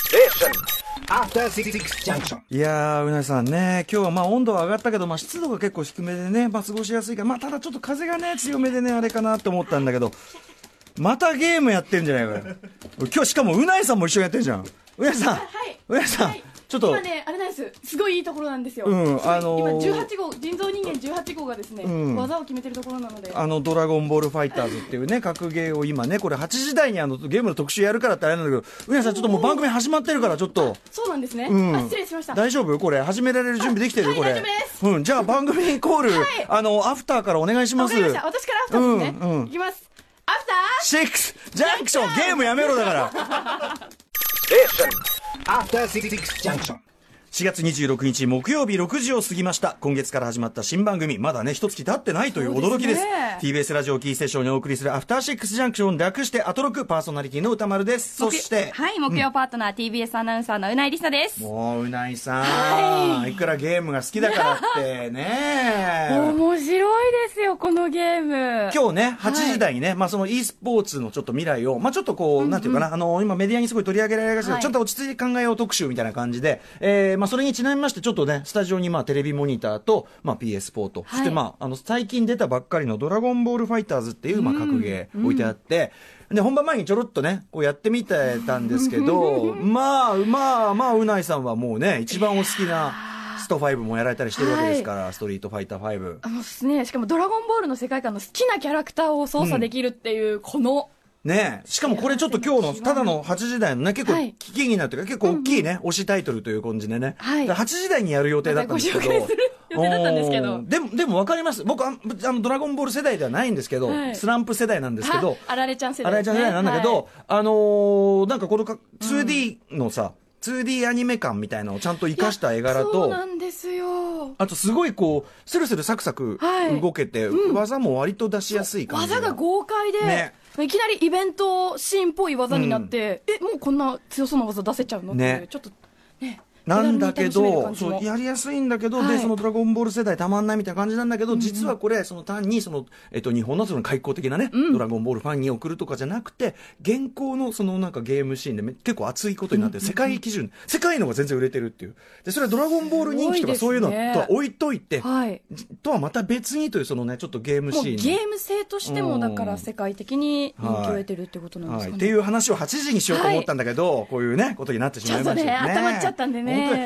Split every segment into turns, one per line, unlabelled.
Station. After Six Junction.
いやー、うなぎさんね、今日はまあ温度は上がったけど、まあ湿度が結構低めでね、まあ過ごしやすいから、まあただちょっと風がね、強めでね、あれかなって思ったんだけど、またゲームやってんじゃないかよ今日しかもうなぎさんも一緒にやってんじゃん。うなぎさん、
はい。
うなぎさん、
はい
ちょっと、
今ね、あれなんです。すごいいいところなんですよ。
うん
すごい
あのー
今18号、人造人間18号がですね、
ん
技を決めてるところなので。
あの、ドラゴンボールファイターズっていうね、格ゲーを今ね、これ8時台にあの、ゲームの特集やるからってあれなんだけど、うなぎさんちょっともう番組始まってるから、ちょっと。
そうなんですね。
うん
あ失礼しました。
大丈夫これ始められる準備できてる、
はい
これ
大丈夫です
うんじゃあ番組コール、
はい
あのアフターからお願いしま
わ
す
かりました。私からアフターですね。
うんうん
いきます。アフター
シックスジャンクションゲームやめろだから
Station. After Six Junction.
4月26日木曜日6時を過ぎました今月から始まった新番組まだね一月経ってないという
そ
驚
う
き
です
です
ね
TBS ラジオキーステーションにお送りする「アフターシックスジャンクション」略してアトロクパーソナリティの歌丸ですそして
はい、木曜パートナー、TBS アナウンサーのうないりさです。
もううないさん、い、くらゲームが好きだからってね
面白いですよ、このゲーム。
今日ね、8時台にね、まあその e スポーツのちょっと未来を、まあちょっとこう、なんていうかな、あの、今メディアにすごい取り上げられがちで、
はい
ちょっと落ち着いて考えよう特集みたいな感じで、えーまあそれにちなみまして、ちょっとね、スタジオにまあテレビモニターと、まあ PS4 と、そしてまあ、あの、最近出たばっかりのドラゴンボールファイターズっていう、まあ格ゲー置いてあって、で、本番前にちょろっとね、こうやってみてたんですけど、まあ、まあ、まあ、うないさんはもうね、一番お好きな、スト5もやられたりしてるわけですから、ストリートファイター5。
あのですね、しかもドラゴンボールの世界観の好きなキャラクターを操作できるっていう、この、
ねえしかもこれちょっと今日のただの8時台のね結構
はい
危機になるというか結構大きいね、推しタイトルという感じでね、
はい
だから8時台にやる予定だったんですけど
ご紹介する予定だったんですけど
おーでもでも分かります僕あんあのドラゴンボール世代ではないんですけど、
はい
スランプ世代なんですけど
ああられちゃん世
あられ
代で
ち
す
ゃん
ね、
世代なんだけ
はい
ど、あのーなんかこのか 2D のさ、2D アニメ感みたいなのをちゃんと生かした絵柄
そう
と
なんですよ。
あとすごいこうスルスルサクサク
はい
動けて、技も割と出しやすい感じ
技が豪快で、
ね
いきなりイベントシーンっぽい技になって、えもうこんな強そうな技出せちゃうのっていう、
ね
ちょっとね
なんだけ
手軽に
ど、
楽しめる
そ
感
う
じも
やりやすいんだけど、
は
で
い
そのドラゴンボール世代たまんないみたいな感じなんだけど、実はこれその単にそのえっと日本のその開口的なね、ドラゴンボールファンに送るとかじゃなくて、現行のそのなんかゲームシーンでめ結構熱いことになってる世界基準、世界のが全然売れてるっていう。でそれはドラゴンボール人気とか
す
そ
ご
うい
いうです
の
ね
とは置いといて、
はい、
とはまた別にというそのねちょっとゲームシ
もうゲ
ーンの。
ーム性として
う
も
ん
だから世界的に人気を得てるってことなんで
は
す
い、っ
か
てい
ね、
う話を8時にしようと思ったんだけど、こういうねことになってしまいました
ちょっとね温まっちゃったんでね
本当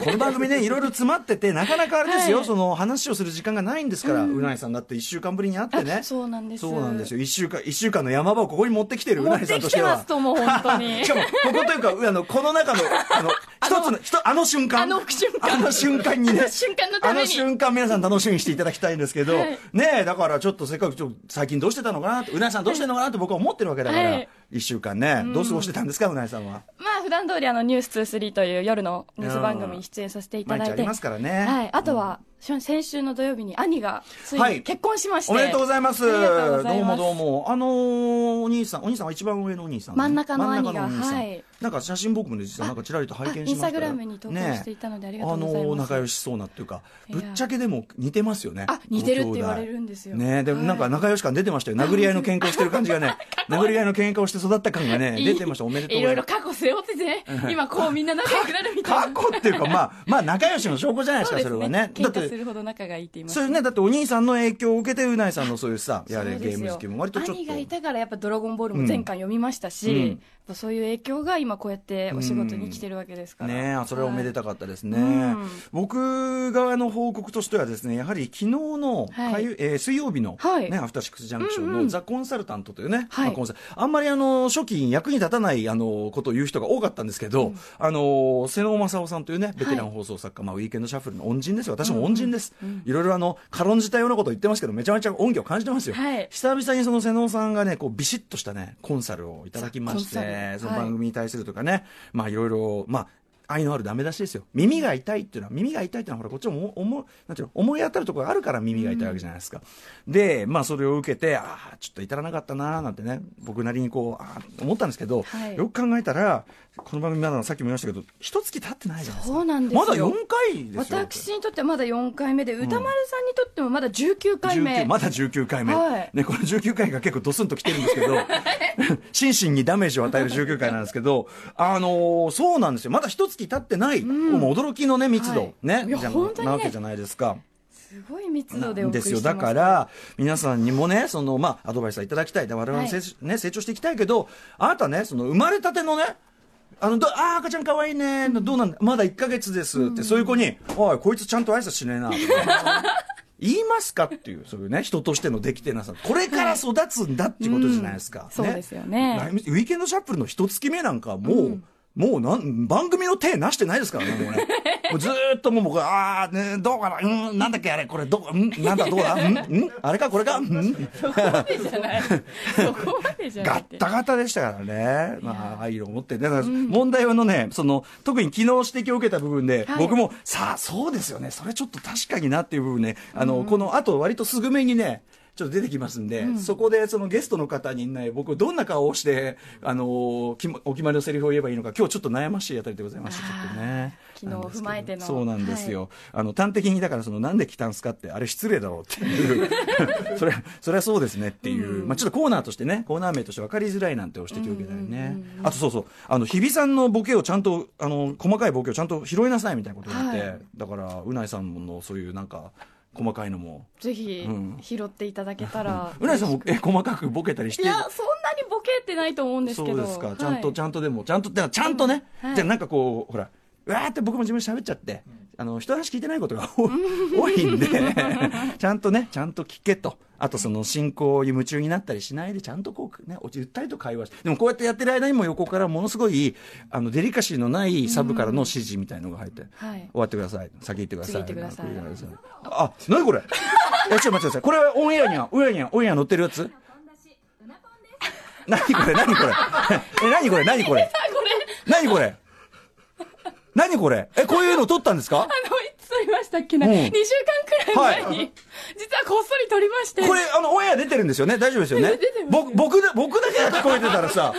にこの番組ねいろいろ詰まっててなかなかあれですよ、その話をする時間がないんですから、うなえさんだって1週間ぶりに会ってね
そうなんです
そうなんですよ1週間一週間の山場をここに持ってきてるう
持
な
っ
えさ
て
んと
き
して
て
は
ますともう本当に
しかもここというかうあのこの中のあの一つのひとあの瞬間
あの瞬間
あの瞬間にね
あの瞬間のために
あの瞬間皆さん楽しみにしていただきたいんですけど、ねえだからちょっとせっかくちょっと最近どうしてたのかなってうなえさんどうしてんのかなって僕は思ってるわけだから、
はい
1週間ねどう過ごしてたんですかうなえさんは
まあ普段通りあのニュース23という夜のニュース番組に出演させてい
毎
ただ
日
い
あ
て
りますからね
はい、あとは、先週の土曜日に兄がつ
はいい
に結婚しまして、
おめでとうございます
ありがとうござ
どう
いま
も
す
どうもあのーお兄さんお兄さんは一番上のお兄さんね、
真ん中の兄
真
が
ん中のお兄さん
はい
なんか写真僕もね実はなんかちらりと拝見しました
あインスタグラムに投稿していたのでありがとうございます
ねあのー仲良しそうなっていうか
いや
ぶっちゃけでも似てますよね
あ似てるって
ご兄弟
言われるんですよ
ねでも
はい
なんか仲良し感出てましたよ殴り合いの喧嘩をしてる感じが ね殴り合いの喧嘩をして育った感がね
いい
出てましたおめでとう
い
ご
ろ
ざい
い
ま
ろ
す
過去背負ってて、今こうみんな仲良くなるみたい
過
な。
去っていうかまあまあ仲良しの証拠じゃないです
そう
かそ
です
れはねだ
喧
って
嘩するほど仲がいいって言います。
そういうねだってお兄さんの影響を受けてうないさんのそういうさやれ
そう
ゲ
で
ー
す
ム
よ
好きも割とちょっと
兄がいたからやっぱ「ドラゴンボール」も全巻読みましたし、
うんうん
やっぱそういう影響が今こうやってお仕事に来てるわけですから、
ねえあそれはおめで
た
たかったですね、
うん
僕側の報告としてはですねやはり昨日の、
はい
かゆえー水曜日の、ね
はい
アフターシックスジャンクション
うんう
の「
ん
ザ・コンサルタント」というね、
はい
まあコンサルあんまりあの初期に役に立たないあのことを言う人が多かったんですけど、あの瀬野正夫さんというねベテラン放送作家、まあ、ウィーケンドシャッフルの恩人ですよ私も恩人です、いろいろあの軽んじたようなことを言ってますけどめちゃめちゃ恩義を感じてますよ、
はい
久々にその瀬野さんがねこうビシッとしたねコンサルをいただきまして
ザコンサル
その番組番組に対するとかね、まあいろいろ、まあ、愛のあるダメ出しですよ耳が痛いっていうのは耳が痛いっていうのはほらこっちも思なんていうの思い当たるところがあるから耳が痛いわけじゃないですか、でまあそれを受けてああちょっと至らなかったなーなんてね僕なりにこうあー思ったんですけど、
はい
よく考えたらこの番組まださっきも言いましたけど一月経ってないじゃないですか
そうなんですよ
まだ4回ですよ
私にとってはまだ4回目で、歌丸さんにとってもまだ19回目
19。まだ19回目、
はい
ね、この19回が結構ドスンと来てるんですけ ど心身にダメージを与える19回なんですけど、あのーそうなんですよまだ一月経ってない、もう驚きの、ね、密度、
はい
ね
いや
じゃあ
本当にね
なわけじゃないですか。
すごい密度でお送
で
りして
す
ま
よ
す。
だか、ら皆さんにもねその、まあ、アドバイスはいただきたいで我々も
はい
成,、ね、成長していきたいけどあなたねその生まれたてのねあのどあー赤ちゃんかわいいねどうなんだまだ1か月ですって、そういう子に「おいこいつちゃんと挨拶しねえな」言いますかっていうそういうね人としてのできてなさこれから育つんだっていうことじゃないですか、
そうですよね
ライムウィーケンドシャッフルの一月目なんかもう、もうなん番組の手なしてないですからね、もうねもうずーっともう僕、あー、ね、どうかな、うん、なんだっけ、あれ、これ、どう、うん、なんだ、どうだ、うん、うん、あれか、これか、うん、
じゃない。そこまでじゃな
ガ
い
ッ。タガタでしたからね、まあ、愛を持って、だから、問題はのね、その、特に昨日指摘を受けた部分で、
はい
僕も、さあ、そうですよね、それちょっと確かになっていう部分ね、あの、この後、割とすぐめにね、ちょっと出てきますんで、そこでそのゲストの方にね、僕どんな顔をして、あのーきまお決まりのセリフを言えばいいのか、今日ちょっと悩ましいあたりでございました、ちょっとね。
昨日を踏まえての
そうなんですよ。あの、端的に、だからその、なんで来たんすかって、あれ失礼だろうっていう。 それ、それはそうですねっていう。まあちょっとコーナーとしてね、コーナー名として分かりづらいなんて指摘を受けたりね。あとそうそう、あの、日比さんのボケをちゃんと、あの、細かいボケをちゃんと拾いなさいみたいなことになって、
は
だから、うないさんのそういうなんか、細かいのも。
ぜひ
うん
拾っていただけたら。
うないさんも、え、細かくボケたりし
い
て。
や、そんなにボケってないと思うんですけ
そう
ど。
ですか、ちゃんと、
はい
ち ゃんとでも、ちゃんと、だからちゃんとね、
うんはい
じゃあなんかこう、ほら、うわーって僕も自分で喋っちゃって、あの、人の話聞いてないことが 多い多い んで、ちゃんとね、ちゃんと聞けと。あとその進行に夢中になったりしないで、ちゃんとこうね、ゆったりと会話して、でもこうやってやってる間にも横からものすごい、あの、デリカシーのないサブからの指示みたいのが入って、
はい
終わってください。先行ってください。
次行ってください
なんかこううのがあるんですよあ、なにこれ え、ちょっと待ってください。これはオンエアには、オンエアには、オンエア乗ってるやつ何これ何これ え、何これ何これ何これ何これえ、こういうの撮ったんですか
あの、いつ撮りましたっけな、
うん
?2 週間くらい前に、
は
実はこっそり撮りまして。
これ、あの、オンエア出てるんですよね大丈夫ですよね僕、僕だ、僕だけが聞こえてたらさ、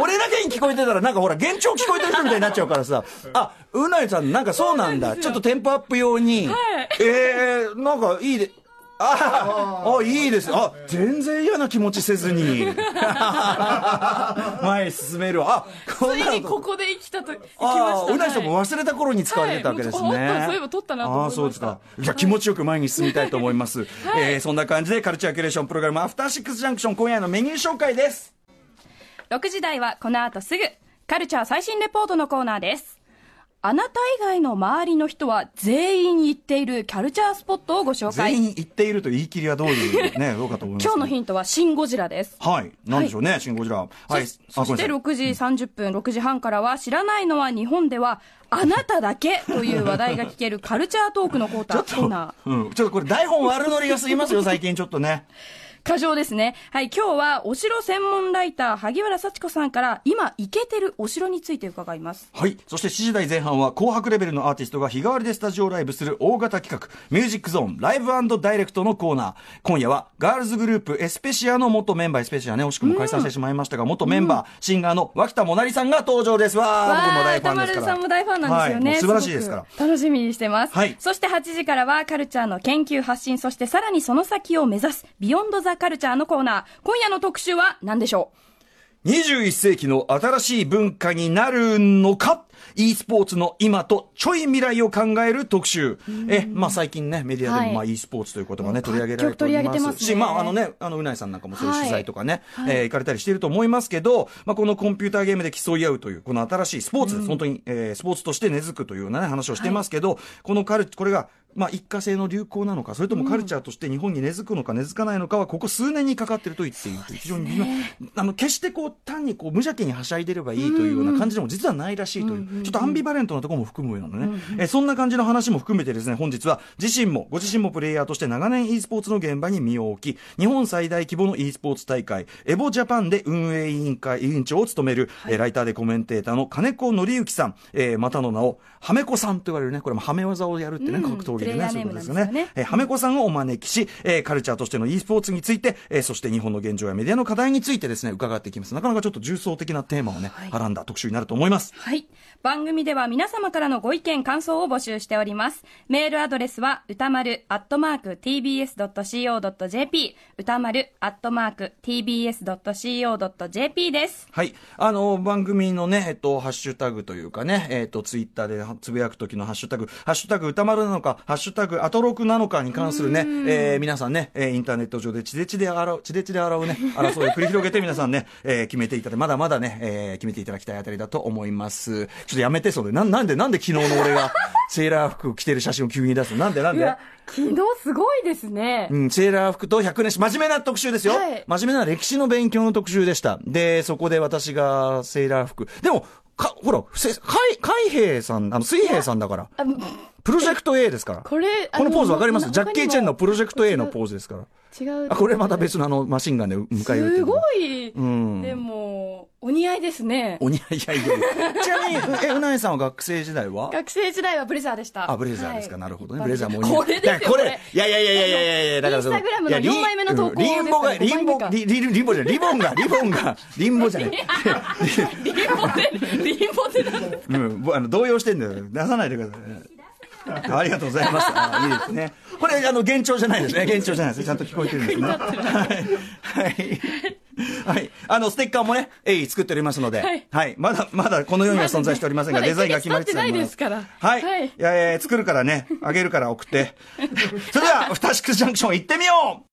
俺だけに聞こえてたらなんかほら、幻聴聞こえてる人みたいになっちゃうからさ、あ、うなりさんなんかそうなんだ。ちょっとテンポアップ用に。えー、なんかいいで、ああ、いいです。あ、全然嫌な気持ちせずに。 前へ進めるわ。あ、こ
つ
んなの
いにここで生きたと、生きま
あ
し
あ、
た。
うなぎさんも忘れた頃に使われてたわけですね。
はいもうそういえば撮ったなと思いました
ああ、そうですか。じゃあ気持ちよく前に進みたいと思います。えーそんな感じでカルチャーキュレーションプログラムアフターシックスジャンクション今夜のメニュー紹介です。
6時台はこの後すぐ、カルチャー最新レポートのコーナーです。あなた以外の周りの人は全員行っているカルチャースポットをご紹介。
全員言っていると言い切りはどういうね、 どうかと思います。
今日のヒントはシン・ゴジラです。
はい。なんでしょうね、シンゴジラ。は
そそ
い。
して
あごめんなさ
6
い
時30分、6時半からは、知らないのは日本では、あなただけという話題が聞けるカルチャートークのコーナー。
ち
コ
ょ
ー
っ
ナー
と、うん、ちょっとこれ台本悪ノリが過ぎますよ、最近ちょっとね。
過剰ですね。はい、今日はお城専門ライター、萩原幸子さんから、今、イケてるお城について伺います。
はい。そして7時台前半は紅白レベルのアーティストが日替わりでスタジオライブする大型企画、ミュージックゾーンライブダイレクトのコーナー。今夜はガールズグループエスペシアの元メンバー、エスペシアね、惜しくも解散してしまいましたが、元メンバー、シンガーの脇田もなりさんが登場です。わー、僕も大ファンです
歌丸
から。
さんも大ファンなんですよね。
はい、もう素晴らしいですから。
ごく楽しみにしてます。
はい
そして8時からは、カルチャーの研究発信、そしてさらにその先を目指す、ビヨンドザカルチャーのコーナー。今夜の特集は何でしょう
21世紀の新しい文化になるのか e スポーツの今とちょい未来を考える特集。え、まあ最近ね、メディアで
は
も
い
まあ e スポーツということがね、
もう
取り上げられて
各局
お
取り上げ
りま
て
す
ますね
し、まああのね、あの、うないさんなんかもそういう
はい
取材とかね、えー行かれたりしていると思いますけど、まあこのコンピューターゲームで競い合うという、この新しいスポーツです。本当に、えースポーツとして根付くというようなね、話をしてますけど、このカル、これが、まあ、一過性の流行なのか、それともカルチャーとして日本に根付くのか根付かないのかは、ここ数年にかかってると言っていい、非常に微妙あの決してこう単にこう無邪気にはしゃいでればいいというような感じでも実はないらしいという、ちょっとアンビバレントなところも含むようなね、えそんな感じの話も含めてですね、本日は自身も、ご自身もプレイヤーとして長年 e スポーツの現場に身を置き、日本最大規模の e スポーツ大会、エボジャパンで運営委員会、委員長を務める、えライターでコメンテーターの金子則之さん、えーまたの名を、ハメ子さんと言われるね、これもハメ技をやるってね、
うん
格闘技で
プレイ
ね、
ヤー
そういうこと
ネーム
ですよね
なんですよね。
えー、はめこさんをお招きし、えーカルチャーとしての e スポーツについて、えーそして日本の現状やメディアの課題についてですね、伺っていきます。なかなかちょっと重層的なテーマをね、はらんだ特集になると思います。
はい。番組では皆様からのご意見、感想を募集しております。メールアドレスは、歌丸、アットマーク、tbs.co.jp、歌丸、アットマーク、tbs.co.jp です。
はい。あの、番組のね、えっと、ハッシュタグというかね、えっと、ツイッターでつぶやくときのハッシュタグ、ハッシュタグ歌丸なのか、ハッシュタグアトロクなのかに関するね、えー皆さんね、えーインターネット上で血で血で洗う、血で血で洗うね、 争いを繰り広げて皆さんね、えー決めていただいて、まだまだね、えー決めていただきたいあたりだと思います。ちょっとやめて、それ。な、なんで、なんで昨日の俺が、セーラー服着てる写真を急に出すのなんで、なん
い
で
や、昨日すごいですね。
うん、セーラー服と100年史、真面目な特集ですよ、
はい
真面目な歴史の勉強の特集でした。で、そこで私がセーラー服。でも、か、ほら、せ海、海兵さん、あの、水兵さんだから。
あもう
プロジェクト A ですから。
これ
このポーズわかりますジャッキー・チェンのプロジェクト A の
ー
ポーズですから。
ズ。違う。
あ、これまた別のあの、マシンガンで迎え撃ってる。
すごい、
ん
でも、お似合いですね。
お似合い、いやいやいやちなみに、え、うなえさんは学生時代は
学生時代はブレザーでした。
あ、ブレザーですか、
はい
なるほどね。ブレザーもいい。
これですよ
いやこれ
これ、
いやいやいやいやいやいや、だからその。
インスタグラムの
いやリン
4枚目の投稿
リンボが、
です
リ
よね
ン
5
ボ、
枚目
リリリンボじゃない、リボンが、リボンが、リンボじゃない。
リンボテ、リンボテなんだ。
うん、ぼあの動揺してんだよ。出さないでくださ い。ありがとうございます。あいいですね。これ、あの、幻聴じゃないですね。幻聴じゃ ないですね。ちゃんと聞こえてるんですね。はい。はい。あの、ステッカーもね、えい、作っておりますので、はい。まだ、まだこの世には存在しておりませんが、
ま
デ
だね
ザインが決まりつつあります。
まだ一ヶ月経ってないですから
はい。
はい
いやいや、作るからね、あげるから送って。それでは、ふたしくジャンクション行ってみよう